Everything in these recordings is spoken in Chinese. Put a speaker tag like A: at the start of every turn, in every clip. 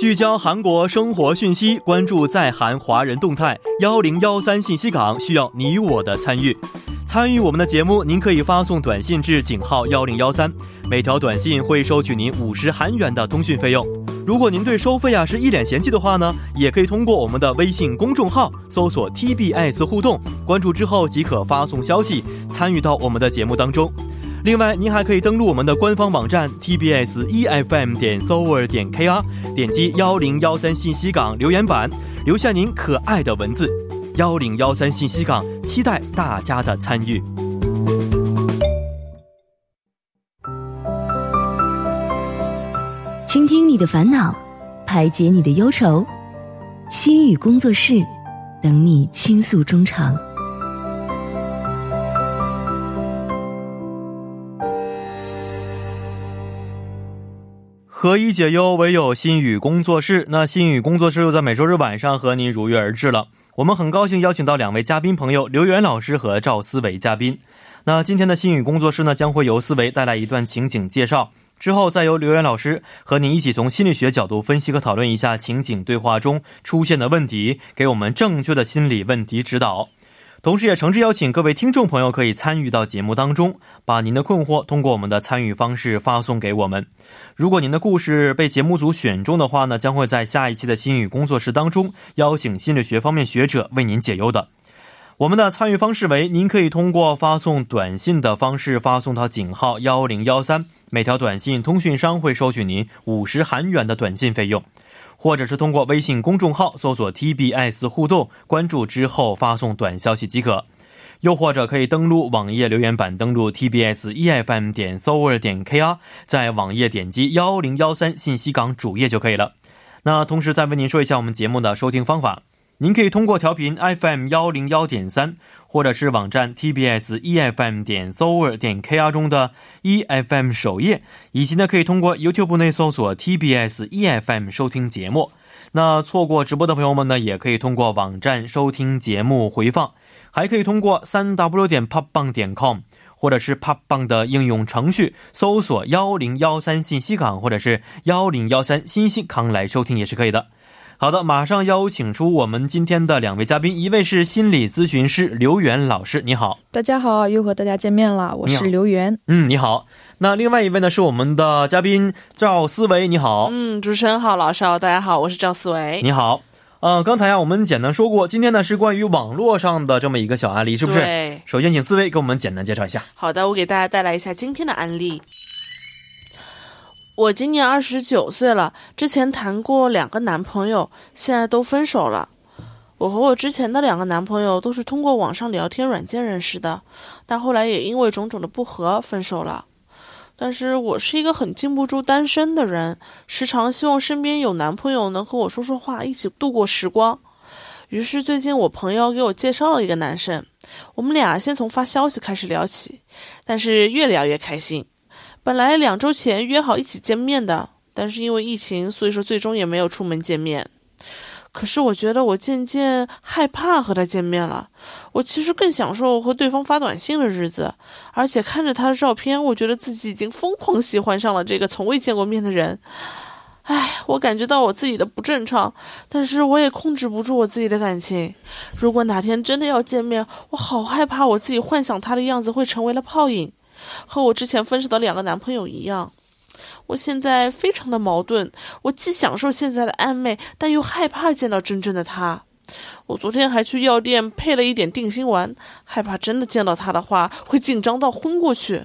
A: 聚焦韩国生活讯息，关注在韩华人动态。幺零幺三信息港需要你我的参与。参与我们的节目，您可以发送短信至井号幺零幺三，每条短信会收取您五十韩元的通讯费用。如果您对收费啊是一脸嫌弃的话呢，也可以通过我们的微信公众号搜索 TBS 互动，关注之后即可发送消息，参与到我们的节目当中。另外，您还可以登录我们的官方网站 tbs efm E 点 s o u r 点 kr，点击幺零幺三信息港留言板，留下您可爱的文字。幺零幺三信息港，期待大家的参与。
B: 倾听你的烦恼，排解你的忧愁，心语工作室等你倾诉衷肠。
A: 何以解忧，唯有心语工作室。那心语工作室又在每周日晚上和您如约而至了。我们很高兴邀请到两位嘉宾朋友刘源老师和赵思维嘉宾。那今天的心语工作室呢，将会由思维带来一段情景介绍，之后再由刘源老师和您一起从心理学角度分析和讨论一下情景对话中出现的问题，给我们正确的心理问题指导。同时，也诚挚邀请各位听众朋友可以参与到节目当中，把您的困惑通过我们的参与方式发送给我们。如果您的故事被节目组选中的话呢，将会在下一期的心语工作室当中邀请心理学方面学者为您解忧的。我们的参与方式为：您可以通过发送短信的方式发送到井号幺零幺三，每条短信通讯商会收取您五十韩元的短信费用。或者是通过微信公众号搜索 TBS 互动，关注之后发送短消息即可。又或者可以登录网页留言板，登录 tbs efm E 点 s o u r 点 kr，在网页点击幺零幺三信息港主页就可以了。那同时再为您说一下我们节目的收听方法，您可以通过调频 FM 幺零幺点三，或者是网站 tbs efm E 点 s o u r 点 kr 中的 efm 首页，以及呢可以通过 YouTube 内搜索 tbs efm E 收听节目。那错过直播的朋友们呢，也可以通过网站收听节目回放。还可以通过三 w 点 p o p b a n g 点 com 或者是 p o p b a n g 的应用程序搜索幺零幺三信息港或者是幺零幺三新信港来收听也是可以的。好的，马上邀请出我们今天的两位嘉宾，一位是心理咨询师刘源老师，你好，
C: 大家好，又和大家见面了，我
A: 你好
C: 是刘源。
A: 嗯，你好。那另外一位呢是我们的嘉宾赵思维，你好，
D: 嗯，主持人好，老邵，大家好，我是赵思维。
A: 你好。呃，刚才呀、我们简单说过，今天呢是关于网络上的这么一个小案例，是不是？
D: 对，
A: 首先请思维给我们简单介绍一下。
D: 好的，我给大家带来一下今天的案例。我今年二十九岁了，之前谈过两个男朋友，现在都分手了。我和我之前的两个男朋友都是通过网上聊天软件认识的，但后来也因为种种的不和分手了。但是我是一个很禁不住单身的人，时常希望身边有男朋友能和我说说话，一起度过时光。于是最近我朋友给我介绍了一个男生，我们俩先从发消息开始聊起，但是越聊越开心。本来两周前约好一起见面的，但是因为疫情，所以说最终也没有出门见面。可是我觉得我渐渐害怕和他见面了，我其实更享受和对方发短信的日子，而且看着他的照片，我觉得自己已经疯狂喜欢上了这个从未见过面的人。唉，我感觉到我自己的不正常，但是我也控制不住我自己的感情。如果哪天真的要见面，我好害怕我自己幻想他的样子会成为了泡影，和我之前分手的两个男朋友一样。我现在非常的矛盾，我既享受现在的暧昧，但又害怕见到真正的他。我昨天还去药店配了一点定心丸，害怕真的见到他的话会紧张到昏过去。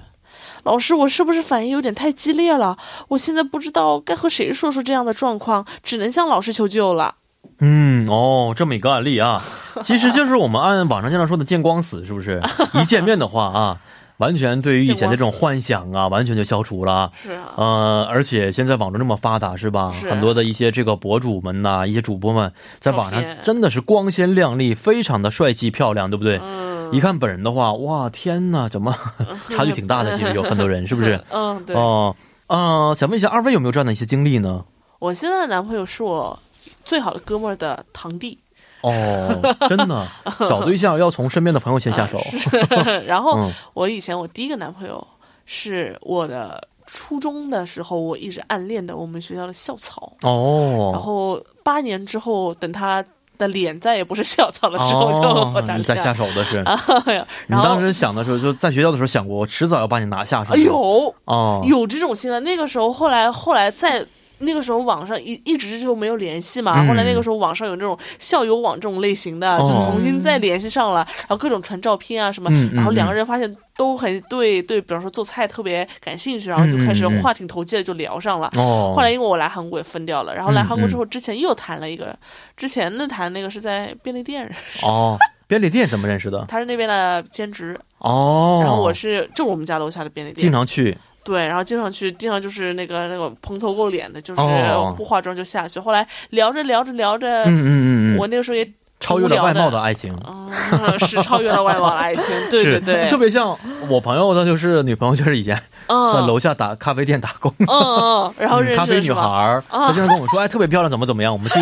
D: 老师，我是不是反应有点太激烈了？我现在不知道该和谁说说这样的状况，只能向老师求救了。
A: 嗯，哦，这么一个案例 啊，其实就是我们按网上经常说的“见光死”，是不 是？一见面的话啊，完全对于以前的这种幻想啊，完全就消除了。
D: 是啊，
A: 呃，而且现在网络这么发达，是吧？
D: 是
A: 很多的一些这个博主们呐、一些主播们，在网上
D: 照片
A: 真的是光鲜亮丽，非常的帅气漂亮，对不对？
D: 嗯，
A: 一看本人的话，哇，天呐，怎么 差距挺大的？其实有很多人，是不是？
D: 嗯， 对。
A: 哦、啊、想问一下，二位有没有这样的一些经历呢？
D: 我现在的男朋友是我最好的哥们儿的堂弟，
A: 哦，真的， 找对象要从身边的朋友先下手。
D: 呃是。然后
A: 嗯
D: 我以前我第一个男朋友是我的初中的时候，我一直暗恋的我们学校的校草。然
A: 哦，
D: 后八年之后，等他的脸再也不是校草的时候，就和他
A: 哦你再
D: 恋
A: 下
D: 爱
A: 手的是。
D: 哎呀，
A: 你
D: 然后
A: 当时想的时候，就在学校的时候想过，我迟早要把你拿下，是吗？
D: 哎呦，
A: 哦，
D: 有这种心了。那个时候，后来后来在那个时候网上一一直就没有联系嘛。
A: 嗯
D: 后来那个时候网上有那种校友网这种类型的，
A: 哦
D: 就重新再联系上了，然后各种传照片啊什么，
A: 嗯嗯
D: 然后两个人发现都很对对，比方说做菜特别感兴趣，然后就开始
A: 嗯嗯嗯
D: 话挺投机的就聊上了。
A: 哦，
D: 后来因为我来韩国也分掉了，然后来
A: 嗯
D: 韩国
A: 嗯
D: 之后，之前又谈了一个，之前的谈那个是在便利店，
A: 哦，便利店怎么认识的？
D: 他是那边的兼职，
A: 哦，
D: 然后我是就我们家楼下的便利店
A: 经，常去，
D: 对，然后经常去，经常就是那个那个蓬头垢脸的，就是
A: 哦
D: 不化妆就下去。后来聊着聊着聊着，
A: 嗯嗯嗯嗯，
D: 呃我那个时候也
A: 超越了外貌的爱情，
D: 嗯、是超越了外貌的爱情，对对对，
A: 是特别像我朋友，他就是女朋友，就是以前在
D: 嗯
A: 楼下打咖啡店打工，
D: 嗯嗯，然后认
A: 咖
D: 识
A: 啡
D: 了
A: 女
D: 是
A: 孩
D: 吧？哦
A: 儿，她经常跟我们说，哎，特别漂亮，怎么怎么样，我们 去，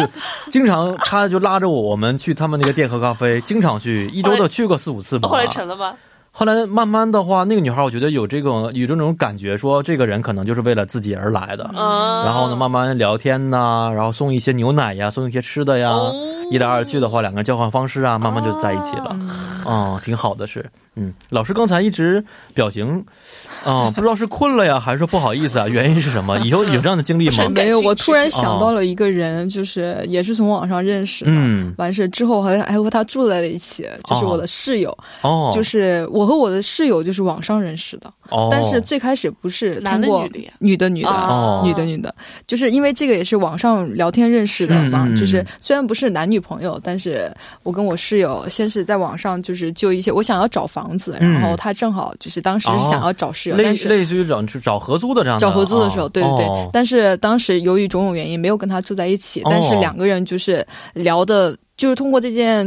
A: 经常她就拉着我，我们去他们那个店喝咖啡，经常去，一周
D: 后
A: 都
D: 来
A: 去过四五次吧。
D: 后来成了吗？
A: 后来慢慢的话，那个女孩，我觉得有这种有这种感觉，说这个人可能就是为了自己而来的。
D: 嗯，
A: 然后呢，慢慢聊天呐、然后送一些牛奶呀，送一些吃的呀，
D: 哦
A: 一来二去的话，两个人交换方式啊，慢慢就在一起了。
C: 哦
A: 嗯，挺好的是，嗯，老师刚才一直表情，啊、不知道是困了呀，还是说不好意思啊，原因是什么？以后有这样的经历
D: 不
A: 吗
D: 是？
C: 没有，
D: 感兴趣
C: 我突然想到了一个人，就是也是从网上认识的。
A: 嗯，
C: 完事之后还还和他住在了一起，就是我的室友，
A: 哦，
C: 就是我和我的室友就是网上认识的，
A: 哦，
C: 但是最开始不是
D: 男
C: 通
D: 的
C: 过
D: 女的呀？
C: 女的女的、
D: 哦
C: 女的女的，就是因为这个也是网上聊天认识的嘛，
A: 嗯嗯嗯
C: 就是虽然不是男女朋友，但是我跟我室友先是在网上就是就一些我想要找房子，
A: 嗯哦
C: 然后他正好就是当时是想要找室友，
A: 类
C: 但是。
A: 类似于找找合租的这样的
C: 找合租的时候，
A: 啊
C: 对对对、
A: 哦
C: 但是当时由于种种原因没有跟他住在一起，
A: 哦
C: 但是两个人就是聊的，就是通过这件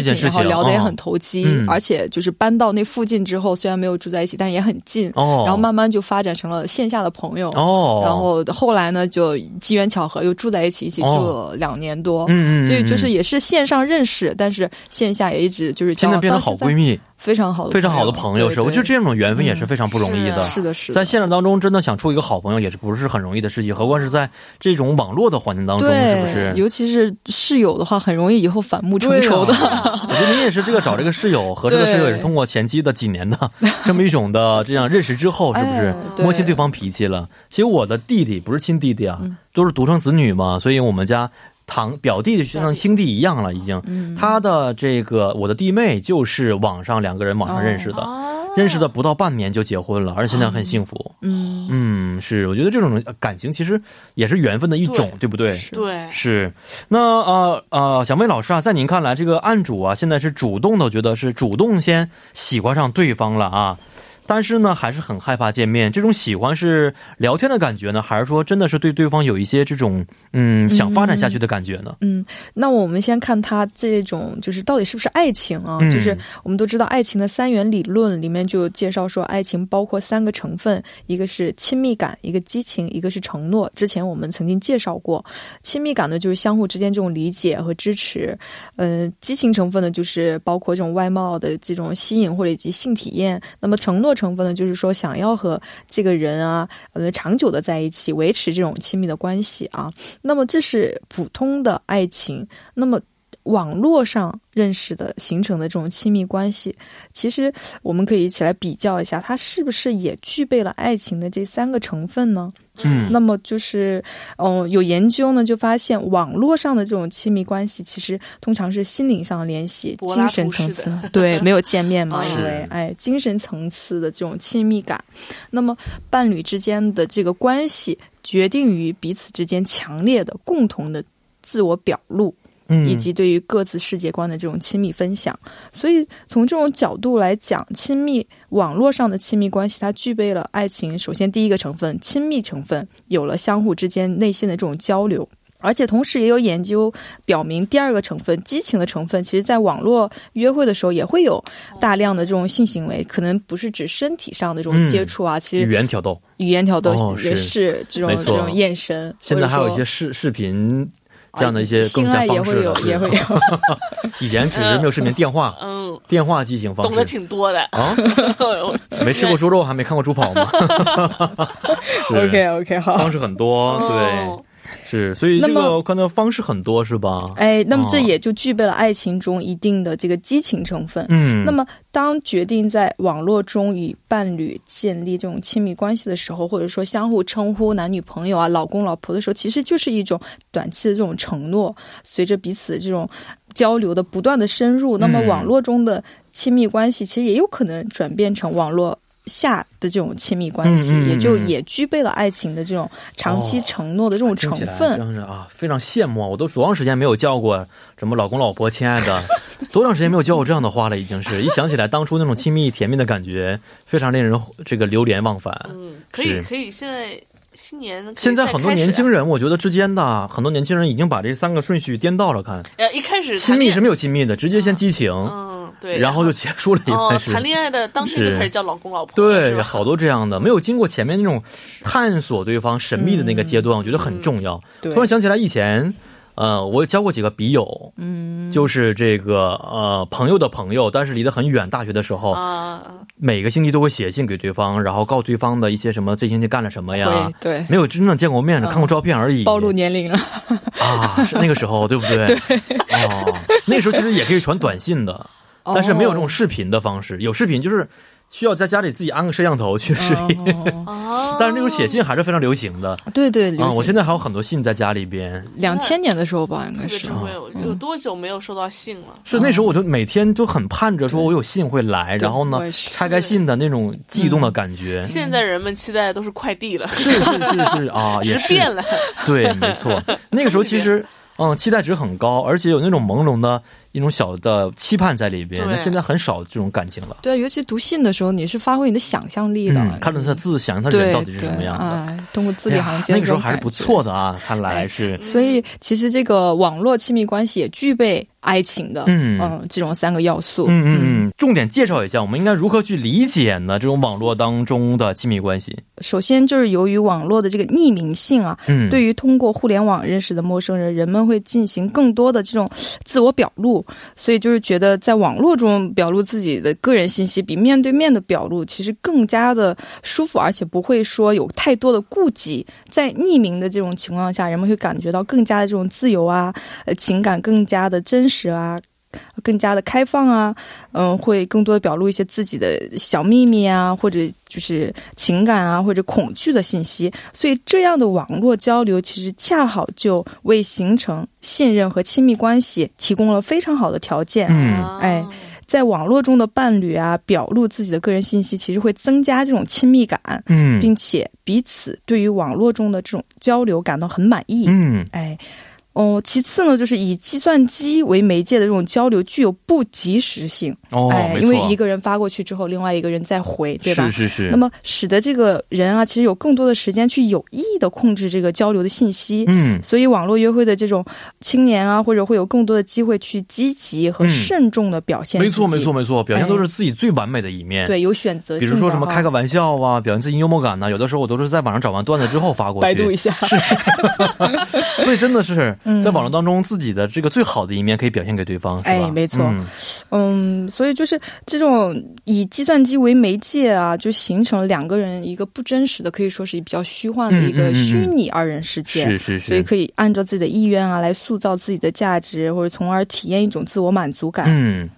A: 这件
C: 情，
A: 事情
C: 然后聊的也
A: 哦
C: 很投机、
A: 嗯
C: 而且就是搬到那附近之后，虽然没有住在一起，但是也很近，
A: 哦，
C: 然后慢慢就发展成了线下的朋友，
A: 哦，
C: 然后后来呢，就机缘巧合又住在一起，一起住了两年多。
A: 哦嗯嗯，嗯
C: 所以就是
A: 嗯
C: 也是线上认识，但是线下也一直就是交
A: 现
C: 往
A: 在变成好闺，
C: 当时在
A: 蜜，
C: 非常好的
A: 非常好的朋友是，
C: 对
A: 我觉得
C: 对
A: 这种缘分也是非常不容易
D: 嗯
A: 的。
D: 是
C: 是啊的，是的，
A: 在现实当中，真的想处一个好朋友也是不是很容易的事情，何况是在这种网络的环境当中，
C: 对，
A: 哦是不是？
C: 尤其是室友的话，很容易以后反目成 仇的。
A: 对啊我觉得您也是这个找这个室友，和这个室友也是通过前期的几年 的这么一种的这样认识之后，是不是
C: 哎
A: 摸清对方脾气了？其实我的弟弟不是亲弟弟啊，
C: 嗯
A: 都是独生子女嘛，所以我们家堂表弟就像亲弟一样了，已
C: 嗯
A: 经。他的这个我的弟妹就是网上两个人网上认识的。
D: 啊，
A: 认识的不到半年就结婚了，而且现在很幸福。
C: 嗯，
A: 嗯，是，我觉得这种感情其实也是缘分的一种，对不对？
D: 对，
A: 是，那呃呃，小妹老师啊，在您看来，这个案主啊，现在是主动的，我觉得是主动先喜欢上对方了啊，但是呢，还是很害怕见面。这种喜欢是聊天的感觉呢，还是说真的是对对方有一些这种嗯想发展下去的感觉呢？
C: 嗯那我们先看他这种就是到底是不是爱情啊？
A: 嗯
C: 就是我们都知道爱情的三元理论里面就有介绍说，爱情包括三个成分，一个是亲密感，一个激情，一个是承诺。之前我们曾经介绍过，亲密感呢就是相互之间这种理解和支持，嗯、激情成分呢就是包括这种外貌的这种吸引或者以及性体验。那么承诺成分呢就是说想要和这个人啊，呃，长久的在一起，维持这种亲密的关系啊。那么这是普通的爱情，那么。网络上认识的形成的这种亲密关系，其实我们可以一起来比较一下，它是不是也具备了爱情的这三个成分呢？
A: 嗯，
C: 啊那么就是，嗯、有研究呢就发现，网络上的这种亲密关系，其实通常是心灵上的联系，
D: 柏拉
C: 精
D: 图式
C: 神
D: 的
C: 层次 对没有见面嘛，
D: 是
C: 因为哎，精神层次的这种亲密感，那么伴侣之间的这个关系，决定于彼此之间强烈的共同的自我表露。
A: 嗯
C: 以及对于各自世界观的这种亲密分享。所以从这种角度来讲，亲密网络上的亲密关系，它具备了爱情首先第一个成分亲密成分，有了相互之间内心的这种交流。而且同时也有研究表明，第二个成分激情的成分，其实在网络约会的时候也会有大量的这种性行为，可能不是指身体上的这种接触啊，其
A: 嗯语
C: 实
A: 言挑逗，
C: 语言挑逗
A: 哦
C: 也
A: 是
C: 是这种
A: 没
C: 这
A: 错
C: 种眼神，
A: 现在还有一
C: 或
A: 些
C: 者说
A: 视视频这样的一些更
C: 啊性
A: 加
C: 爱也
A: 方
C: 会
A: 式
C: 有
A: 了。，
C: 也会
A: 是吧
C: 有。
A: 以前只是没有视频，电话
D: 嗯，
A: 电话激情方
D: 懂得
A: 式。
D: 挺多的
A: 啊，没吃过猪肉还没看过猪跑吗？是
C: OK OK，好。
A: 方式很多，
D: 哦
A: 对，是，所以
C: 那
A: 这
C: 么
A: 个我看到方式很多是吧？
C: 哎，那么这
A: 哦
C: 也就具备了爱情中一定的这个激情成分。
A: 嗯，
C: 那么，当决定在网络中与伴侣建立这种亲密关系的时候，或者说相互称呼男女朋友啊、老公老婆的时候，其实就是一种短期的这种承诺。随着彼此这种交流的不断的深入，那么
A: 嗯
C: 网络中的亲密关系其实也有可能转变成网络。下的这种亲密关
A: 嗯
C: 系，
A: 嗯嗯
C: 也就
A: 嗯
C: 也具备了爱情的这种长期
A: 哦
C: 承诺的这种成
A: 听起来
C: 分。
A: 真是啊，非常羡慕啊！我都多长时间没有叫过什么老公、老婆、亲爱 的，多长时间没有叫过这样的话了？已经是一想起来当初那种亲密甜蜜的感觉，非常令人这个流连忘返。
D: 嗯，可以
A: 是
D: 可以，现在新年可以
A: 现在很多
D: 再开始
A: 年轻
D: 啊，
A: 人，我觉得之间的啊很多年轻人已经把这三个顺序颠倒了看，
D: 呃，一开始
A: 亲
D: 谈
A: 密
D: 恋
A: 是没有亲密的，直接先激情，
D: 嗯，对，
A: 然后就结束了一
D: 哦
A: 段，是。
D: 谈恋爱的当天就是开始叫老公老婆，是
A: 对，
D: 吧
A: 好多这样的，没有经过前面那种探索对方神秘的那个阶段，我觉得
D: 嗯
A: 很重要。
C: 对
A: 突然想起来以前，呃，我交过几个笔友，嗯，就是这个呃朋友的朋友，但是离得很远。大学的时候，
D: 啊，
A: 每个星期都会写信给对方，然后告诉对方的一些什么，这星期干了什么呀
C: 对。对，
A: 没有真正见过面，
D: 嗯
A: 看过照片而已。
C: 暴露年龄了。
A: 啊，是那个时候，对不对？哦，那个时候其实也可以传短信的，但是没有这种视频的方式。有视频就是需要在家里自己安个摄像头去视频。
D: 哦，
A: 但是那种写信还是非常流行的
C: 对对，
A: 啊！我现在还有很多信在家里边，
C: 两千年的时候吧，应该
D: 特别
C: 是
D: 珍贵，
A: 嗯
D: 我有多久没有收到信了？
A: 是那时候我就每天都很盼着说我有信会来，
C: 对
A: 然后
C: 我也
A: 呢
C: 是
A: 拆开信的那种悸动的感觉，是
D: 现在人们期待的都是快递了，
A: 是是是啊，也
D: 只
A: 是
D: 变了，
A: 对，没错。那个时候其实嗯期待值很高，而且有那种朦胧的一种小的期盼在里边。
D: 对
A: 那现在很少这种感情了，
C: 对，尤其读信的时候，你是发挥你的想象力的，
A: 嗯，看着他字，想他人
C: 对
A: 到底是什么样
C: 对
A: 的。
C: 哎通过字
A: 哎
C: 里
A: 呀
C: 行间、
A: 那个时候还是不。错的啊，看
C: 哎
A: 来是
C: 所以，其实这个网络亲密关系也具备爱情的，
A: 嗯
C: 这种三个要素。
A: 嗯嗯嗯，重点介绍一下，我们应该如何去理解呢？这种网络当中的亲密关系，
C: 首先就是由于网络的这个匿名性啊，
A: 嗯，
C: 对于通过互联网认识的陌生人，人们会进行更多的这种自我表露，所以就是觉得在网络中表露自己的个人信息，比面对面的表露其实更加的舒服，而且不会说有太多的顾忌。在匿名的这种情况下，人们会感觉到更加的这种自由啊，呃，情感更加的真实啊。更加的开放啊，嗯，会更多的表露一些自己的小秘密啊，或者就是情感啊，或者恐惧的信息。所以，这样的网络交流其实恰好就为形成信任和亲密关系提供了非常好的条件。
A: 嗯，
D: 啊
C: 哎，在网络中的伴侣啊，表露自己的个人信息，其实会增加这种亲密感，
A: 嗯
C: 并且彼此对于网络中的这种交流感到很满意。
A: 嗯
C: 哎，哦，其次呢，就是以计算机为媒介的这种交流具有不及时性。
A: 哦，
C: 哎，
A: 没
C: 因为
A: 错
C: 一个人发过去之后，另外一个人再回，对吧？
A: 是是是，
C: 那么使得这个人啊，其实有更多的时间去有意的控制这个交流的信息。
A: 嗯
C: 所以，网络约会的这种青年啊，或者会有更多的机会去积极和
A: 嗯
C: 慎重的表现、
A: 没错没错。没错，表现
C: 哎
A: 都是自己最完美的一面。。
C: 对，有选择
A: 比
C: 性的
A: 如
C: 哈。
A: 说什么开个玩笑啊，表现自己幽默感呐、有的时候我都是在网上找完段子之后发过
C: 百度一
A: 去，
C: 下，
A: 所以真的是
C: 嗯
A: 在网络当中自己的这个最好的一面可以表现给对方，是吧？
C: 哎没错
A: 嗯
C: 嗯，所以就是这种以计算机为媒介啊，就形成了两个人一个不真实的，可以说是比较虚幻的
A: 嗯嗯
C: 一
A: 嗯
C: 个
A: 嗯
C: 虚拟二人世界。
A: 是是
C: 所以
A: 是，
C: 可以按照自己的意愿啊，来塑造自己的价值，或者从而体验一种自我满足感。
A: 嗯。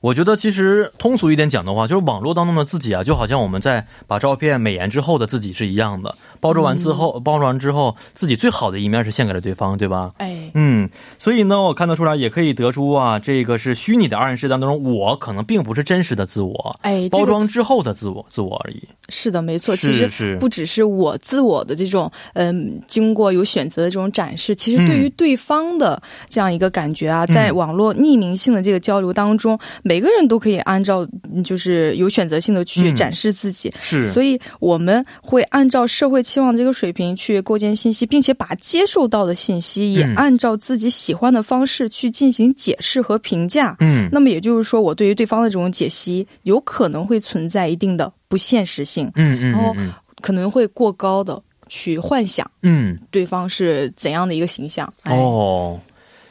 A: 我觉得其实通俗一点讲的话，就是网络当中的自己啊，就好像我们在把照片美颜之后的自己是一样的，包装完之后，
C: 嗯
A: 包装完之后，自己最好的一面是献给了对方，对吧？
C: 哎，
A: 嗯，所以呢，我看得出来，也可以得出啊，这个是虚拟的二人世界当中，我可能并不是真实的自我，
C: 哎，
A: 包
C: 这
A: 装
C: 个、
A: 之后的自我，自我而已。
C: 是的，没错。
A: 是
C: 其实
A: 是
C: 不只是我自我的这种，嗯，经过有选择的这种展示，其实对于
A: 嗯
C: 对方的这样一个感觉啊，在
A: 嗯
C: 网络匿名性的这个交流当中，每个人都可以按照嗯就是有选择性的去
A: 嗯
C: 展示自己。
A: 是
C: 所以我们会按照社会期望的这个水平去构建信息，并且把接受到的信息也
A: 嗯
C: 按照自己喜欢的方式去进行解释和评价。
A: 嗯，
C: 那么也就是说，我对于对方的这种解析，有可能会存在一定的不现实性，
A: 嗯嗯
C: 然后
A: 嗯嗯，
C: 可能会过高的。去幻想
A: 嗯，
C: 对方是怎样的一个形象。哎、，
A: 哦，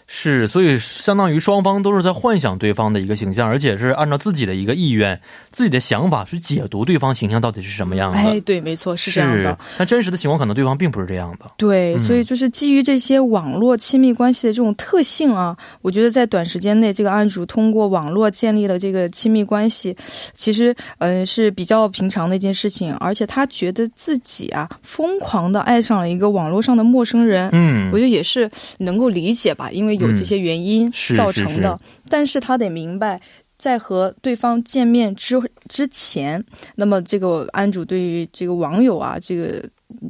A: 是，所以相当于双方都是在幻想对方的一个形象，而且是按照自己的一个意愿、自己的想法去解读对方形象到底是什么样的。
C: 哎，对，没错，是这样的。。
A: 但真实的情况可能对方并不是这样的。
C: 对，
A: 嗯
C: 所以就是基于这些网络亲密关系的这种特性啊，我觉得在短时间内，这个案主通过网络建立了这个亲密关系，其实嗯、呃是比较平常的一件事情，而且他觉得自己啊疯狂的爱上了一个网络上的陌生人。
A: 嗯
C: 我觉得也是能够理解吧，因为有这些原因
A: 嗯是
C: 造成的。
A: 是
C: 但是他得明白，在和对方见面之之前，那么这个安主对于这个网友啊，这个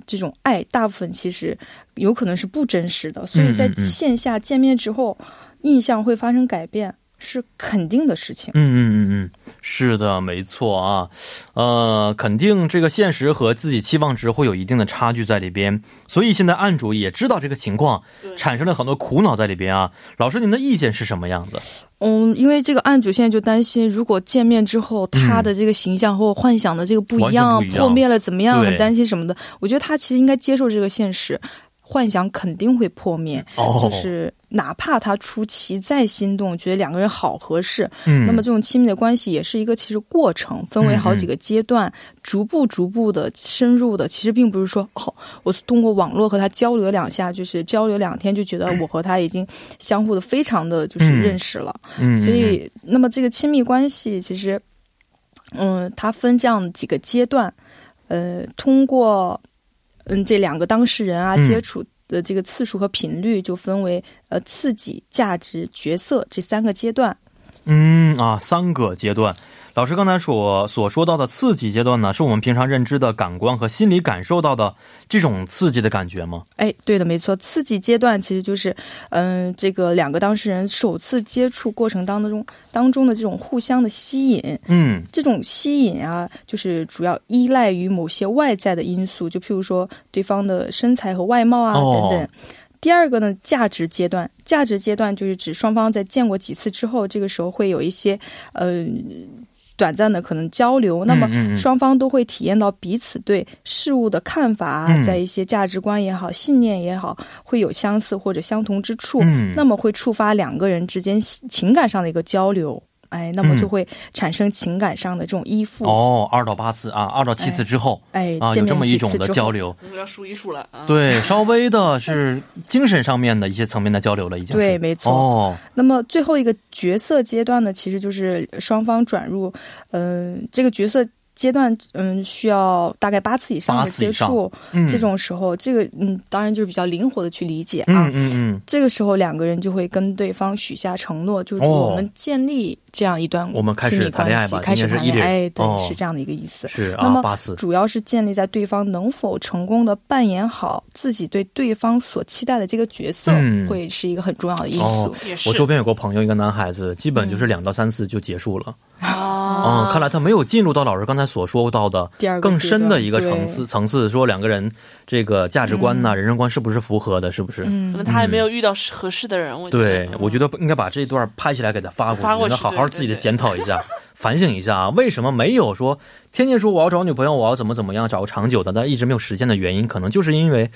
C: 这种爱，大部分其实有可能是不真实的，所以在
A: 嗯嗯
C: 线下见面之后，印象会发生改变，是肯定的事情。
A: 嗯嗯嗯嗯，是的，没错啊，呃，肯定这个现实和自己期望值会有一定的差距在里边，所以现在案主也知道这个情况，产生了很多苦恼在里边啊。老师，您的意见是什么样子？
C: 嗯，因为这个案主现在就担心，如果见面之后，他的这个形象和我幻想的这个不一样，
A: 嗯完全不一样
C: 破灭了怎么样，
A: 对
C: 很担心什么的。我觉得他其实应该接受这个现实，幻想肯定会破灭。
A: 哦，
C: 就是哪怕他初期再心动，觉得两个人好合适，
A: 嗯，
C: 那么这种亲密的关系也是一个其实过程，分为好几
A: 嗯
C: 个阶段，逐步逐步的深入的。其实并不是说哦，我通过网络和他交流两下，就是交流两天就觉得我和他已经相互的非常的就是
A: 嗯
C: 认识了。
A: 嗯，嗯
C: 所以，那么这个亲密关系其实，嗯，它分这样几个阶段，呃，通过嗯这两个当事人啊
A: 嗯
C: 接触的这个次数和频率，就分为呃刺激、价值、角色这三个阶段。
A: 嗯啊，三个阶段。老师刚才所所说到的刺激阶段呢，是我们平常认知的感官和心理感受到的这种刺激的感觉吗？
C: 哎，对的，没错，刺激阶段其实就是，嗯、这个两个当事人首次接触过程当中当中的这种互相的吸引，
A: 嗯
C: 这种吸引啊，就是主要依赖于某些外在的因素，就譬如说对方的身材和外貌啊、
A: 哦
C: 等等。第二个呢，价值阶段，价值阶段就是指双方在见过几次之后，这个时候会有一些呃短暂的可能交流，那么
A: 嗯嗯嗯
C: 双方都会体验到彼此对事物的看法啊，
A: 嗯
C: 在一些价值观也好、信念也好，会有相似或者相同之处。
A: 嗯
C: 那么会触发两个人之间情感上的一个交流，哎，那么就会产生情感上的这种依附，
A: 嗯哦，二到八次啊，二到七次之后、
C: 哎，
A: 啊，
C: 见
A: 有这
C: 面
A: 么
C: 几
A: 一
C: 次
A: 种
C: 之
A: 的
C: 后
A: 交流。
D: 我们要数一数了啊。
A: 对，稍微的是精神上面的一些层面的交流了，已经是
C: 对没错
A: 哦，
C: 那么最后一个角色阶段呢，其实就是双方转入，嗯、这个角色阶段，嗯，需要大概八次以上
A: 八
C: 的
A: 次以
C: 接
A: 上
C: 触，
A: 嗯，
C: 这种时候，这个嗯，当然就是比较灵活的去理解啊。
A: 嗯嗯
C: 这个时候，两个人就会跟对方许下承诺，就是
A: 哦
C: 我们建立这样一段
A: 我们开始
C: 亲密
A: 谈
C: 关
A: 恋爱
C: 系
A: 吧
C: 开始
A: 应该是
C: 谈恋爱，
A: 一
C: 哎，对，
A: 哦
C: 是这样的一个意思
A: 嗯，。是
C: 那
A: 啊，
C: 么
A: 八次，
C: 主要是建立在对方能否成功的扮演好自己对对方所期待的这个角色，
A: 嗯
C: 会是一个很重要的因素。
A: 哦
D: 也是
A: 我周边有个朋友，一个男孩子，基本
C: 嗯
A: 就是两到三次就结束了。
D: 啊
A: 嗯，看来他没有进入到老师刚才所说到的
C: 第二个
A: 更深的一个
C: 阶段
A: 层次层次，说两个人这个价值观呐、人生观是不是符合的，是不是？
D: 可能
C: 嗯，
D: 他还没有遇到适合适的人，我觉得。
A: 对
D: 嗯，
A: 我觉得应该把这段拍起来给他发过去，
D: 发过去
A: 让他好好
D: 对对
A: 自己的
D: 对
A: 检讨一下、反省一下啊，为什么没有说天天说我要找女朋友，我要怎么怎么样，找个长久的，但一直没有实现的原因，可能就是因为。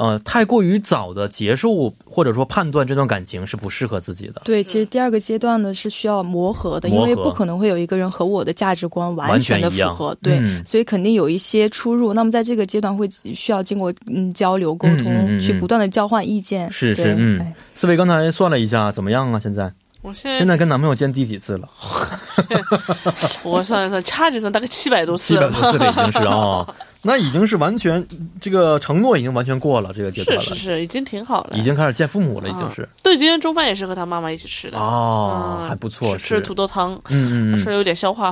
A: 呃，太过于早的结束或者说判断这段感情是不适合自己的，
C: 对，其实第二个阶段呢是需要磨合的，因
A: 磨合
C: 为不可能会有一个人和我的价值观
A: 完
C: 全
A: 全
C: 的
A: 一
C: 符
A: 样
C: 合，对。
A: 嗯
C: 所以肯定有一些出入，那么在这个阶段会需要经过嗯交流沟通，
A: 嗯嗯嗯
C: 去不断的交换意见。
A: 是
C: 对
A: 是嗯
C: 哎。嗯
A: 四位刚才算了一下，怎么样啊？现在
D: 嗯我现在
A: 现在跟男朋友见第几次了？
D: 我算一算，掐指算大概七百多
A: 七
D: 次
A: 百
D: 了吧。
A: 多次了，已经是啊、那已经是完全这个承诺已经完全过了这个阶段
D: 是
A: 了，
D: 是是，已经挺好了。
A: 已经开始见父母了，已经是
D: 对，今天中饭也是和他妈妈一起吃的。
A: 哦，
D: 嗯
A: 还不错，
D: 吃吃土豆汤，
A: 嗯嗯嗯。
D: 吃了有点消化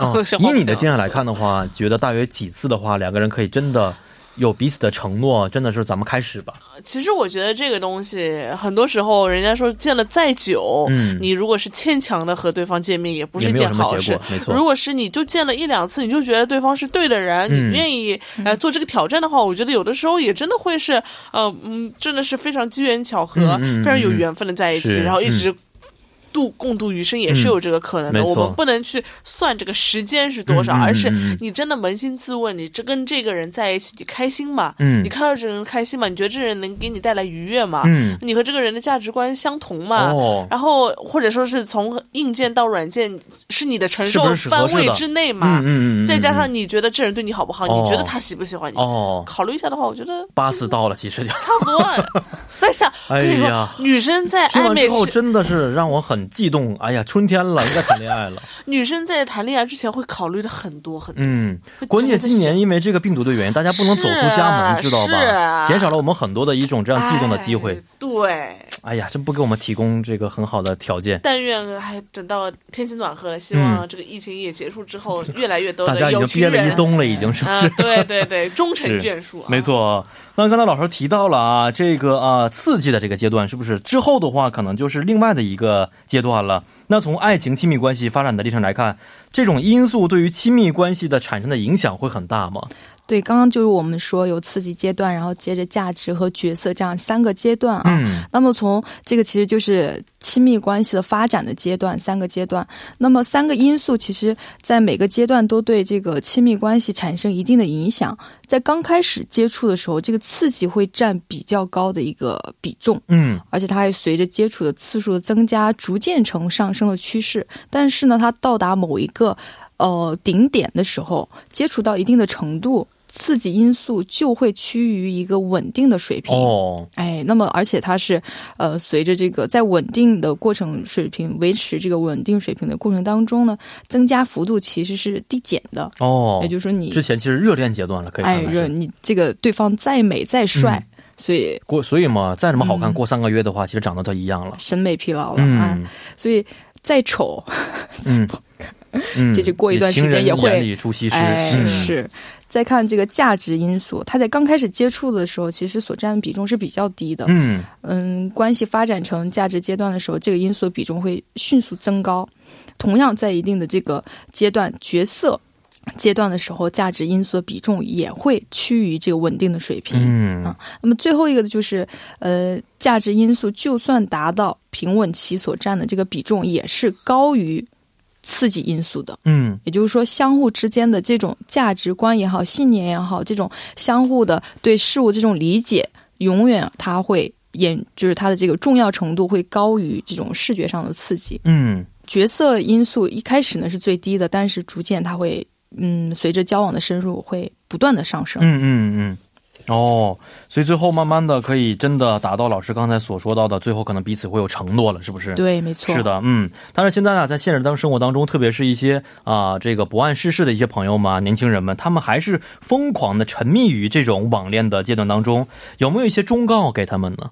A: 哦
D: 不， 消化不
A: 以你的
D: 良
A: 经验来看的话，觉得大约几次的话，两个人可以真的有彼此的承诺，真的是咱们开始吧。
D: 其实我觉得这个东西，很多时候人家说见了再久，
A: 嗯
D: 你如果是牵强的和对方见面，也不
A: 也
D: 是
A: 没有
D: 件
A: 什么
D: 好
A: 结
D: 事
A: 果。，没错。
D: 如果是你就见了一两次，你就觉得对方是对的人，
A: 嗯
D: 你愿意呃做这个挑战的话，我觉得有的时候也真的会是，呃嗯，真的是非常机缘巧合，
A: 嗯嗯嗯
D: 非常有缘分的在一起，
A: 是嗯
D: 然后一直度共度余生也是有这个可能的。
A: 没错
D: 我们不能去算这个时间是多少，
A: 嗯嗯嗯
D: 而是
A: 嗯
D: 你真的扪心自问，你这跟这个人在一起，你开心吗？
A: 嗯
D: 你看到这个人开心吗？你觉得这个人能给你带来愉悦吗？
A: 嗯，
D: 你和这个人的价值观相同吗？
A: 哦，
D: 然后或者说是从硬件到软件是你的承受
A: 是不是合
D: 范
A: 适的
D: 围之内嘛？
A: 嗯嗯嗯，
D: 再加
A: 嗯
D: 上你觉得这人对你好不好，
A: 哦
D: 你觉得他喜不喜欢你？
A: 哦，
D: 考虑一下的话，我觉得
A: 八次到了，其实就
D: 差不多 了。所以想，我跟你
A: 哎呀
D: 说，女生在
A: 听
D: 暧
A: 完之
D: 昧
A: 后
D: 期，
A: 真的是让我很悸动。哎呀，春天了，应该谈恋爱了。
D: 女生在谈恋爱之前会考虑的很多很多。
A: 嗯，
D: 会
A: 关键
D: 真的
A: 今年因为这个病毒的原因，大家不能走出家门，
D: 是
A: 知道吧、
D: 是啊
A: 减少了我们很多的一种这样悸动的机会
D: 哎。对，
A: 哎呀，真不给我们提供这个很好的条件，
D: 但愿还等到天气暖和了，希望这个疫情也结束 之后，越来越多
A: 嗯大
D: 的
A: 家已
D: 有
A: 经
D: 情
A: 憋
D: 人
A: 了一冬了，已经是不
D: 啊
A: 是？，
D: 对对对，终成
A: 是
D: 眷属、啊，
A: 没。错，那刚才老师提到了啊，这个啊刺激的这个阶段，是不是之后的话，可能就是另外的一个阶段了？那从爱情亲密关系发展的历程来看，这种因素对于亲密关系的产生的影响会很大吗？
C: 对，刚刚就是我们说有刺激阶段，然后接着价值和角色这样三个阶段啊。
A: 嗯，
C: 那么从这个其实就是亲密关系的发展的阶段，三个阶段。那么三个因素其实在每个阶段都对这个亲密关系产生一定的影响。在刚开始接触的时候，这个刺激会占比较高的一个比重。
A: 嗯，
C: 而且它还随着接触的次数的增加，逐渐呈上升的趋势。但是呢，它到达某一个呃顶点的时候，接触到一定的程度，刺激因素就会趋于一个稳定的水平。
A: 哦，
C: 哎，那么而且它是，呃，随着这个在稳定的过程水平维持这个稳定水平的过程当中呢，增加幅度其实是递减的，
A: 哦
C: 也，
D: 哎
C: 就是说你
A: 之前其实热恋阶段了，可以
C: 哎
A: 看看
C: 热
A: 是。嗯
C: 你这个对方再美再帅，所以
A: 过，所以嘛，再怎么好看，
C: 嗯
A: 过三个月的话，其实长得都一样了。
C: 审美疲劳了、啊
A: 嗯，
C: 所以再丑
A: 嗯嗯，
C: 其实过一段时间也
A: 也
C: 会
A: 眼里出西施，
C: 哎，
A: 嗯
C: 是。再看这个价值因素，它在刚开始接触的时候，其实所占的比重是比较低的。
A: 嗯
C: 嗯，关系发展成价值阶段的时候，这个因素嗯比重会迅速增高。同样，在一定的这个阶段角色阶段的时候，价值因素的比重也会趋于这个稳定的水平。
A: 嗯
C: 啊那么最后一个就是，呃，价值因素就算达到平稳期所占的这个比重，也是高于刺激因素的。
A: 嗯
C: 也就是说，相互之间的这种价值观也好、信念也好，这种相互的对事物这种理解，永远它会演，就是它的这个重要程度会高于这种视觉上的刺激。
A: 嗯
C: 角色因素一开始呢是最低的，但是逐渐它会，嗯，随着交往的深入会不断的上升。
A: 嗯嗯嗯。哦，所以最后慢慢的可以真的达到老师刚才所说到的，最后可能彼此会有承诺了，是不是？。
C: 对，没错。
A: 是。的，嗯，但是现在呢，在现实当生活当中，特别是一些啊、这个不谙世事的一些朋友们啊，年轻人们，他们还是疯狂的沉迷于这种网恋的阶段当中，有没有一些忠告给他们呢？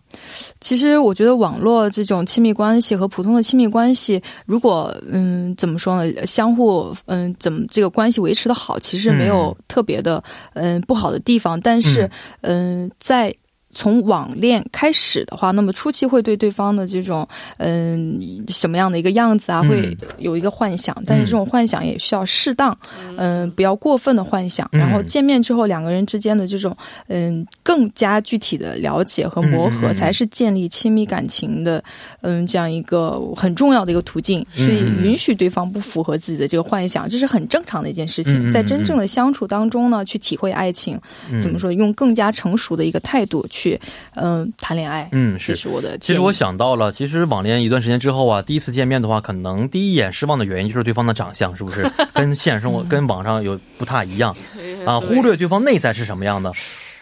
C: 其实我觉得网络这种亲密关系和普通的亲密关系，如果嗯怎么说呢，相互嗯怎么这个关系维持的好，其实没有特别的嗯不好的地方，但是嗯在。从网恋开始的话，那么初期会对对方的这种嗯什么样的一个样子啊，
A: 嗯
C: 会有一个幻想，但是这种幻想也需要适当，嗯、不要过分的幻想。
A: 嗯
C: 然后见面之后，两个人之间的这种嗯更加具体的了解和磨
A: 嗯嗯
C: 合，
A: 嗯
C: 才是建立亲密感情的嗯这样一个很重要的一个途径。
A: 嗯
C: 所以允许对方不符合自己的这个幻想，这是很正常的一件
A: 嗯
C: 事
A: 嗯
C: 情。
A: 嗯
C: 在真正的相处当中呢，去体会爱情，
A: 嗯、
C: 怎么？说？用更加成熟的一个态度去嗯谈恋爱，
A: 嗯，是
C: 这。是我的建议。
A: 其实我想到了，其实网恋一段时间之后啊，第一次见面的话，可能第一眼失望的原因就是对方的长相是不是跟现实生活、跟网上有不太一样啊？忽略对方内在是什么样的。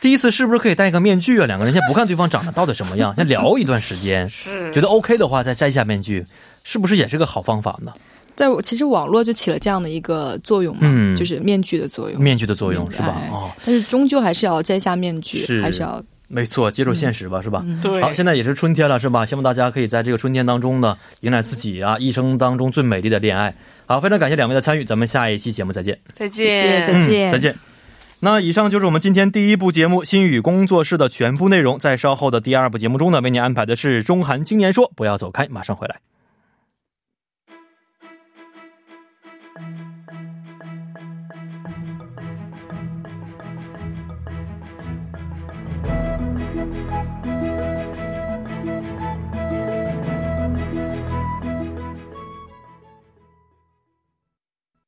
A: 第一次是不是可以戴个面具啊？两个人先不看对方长得到底什么样，先聊一段时间，
D: 是
A: 觉得 OK 的话再摘下面具，是不是也是个好方法呢？
C: 在我其实网络就起了这样的一个作用嘛，
A: 嗯
C: 就是面具的作用。
A: 面具的作用是吧
C: 哎？
A: 哦，
C: 但是终究还是要摘下面具，
A: 是
C: 还是要
A: 没错，接受现实吧，是吧？
D: 对，
A: 好，现在也是春天了，是吧？希望大家可以在这个春天当中呢，迎来自己
C: 嗯
A: 啊一生当中最美丽的恋爱。好，非常感谢两位的参与，咱们下一期节目再见。
D: 再
C: 谢谢，
D: 见，
C: 再见，
A: 嗯、再见。那以上就是我们今天第一部节目《心语工作室》的全部内容。在稍后的第二部节目中呢，为您安排的是《中韩青年说》，不要走开，马上回来。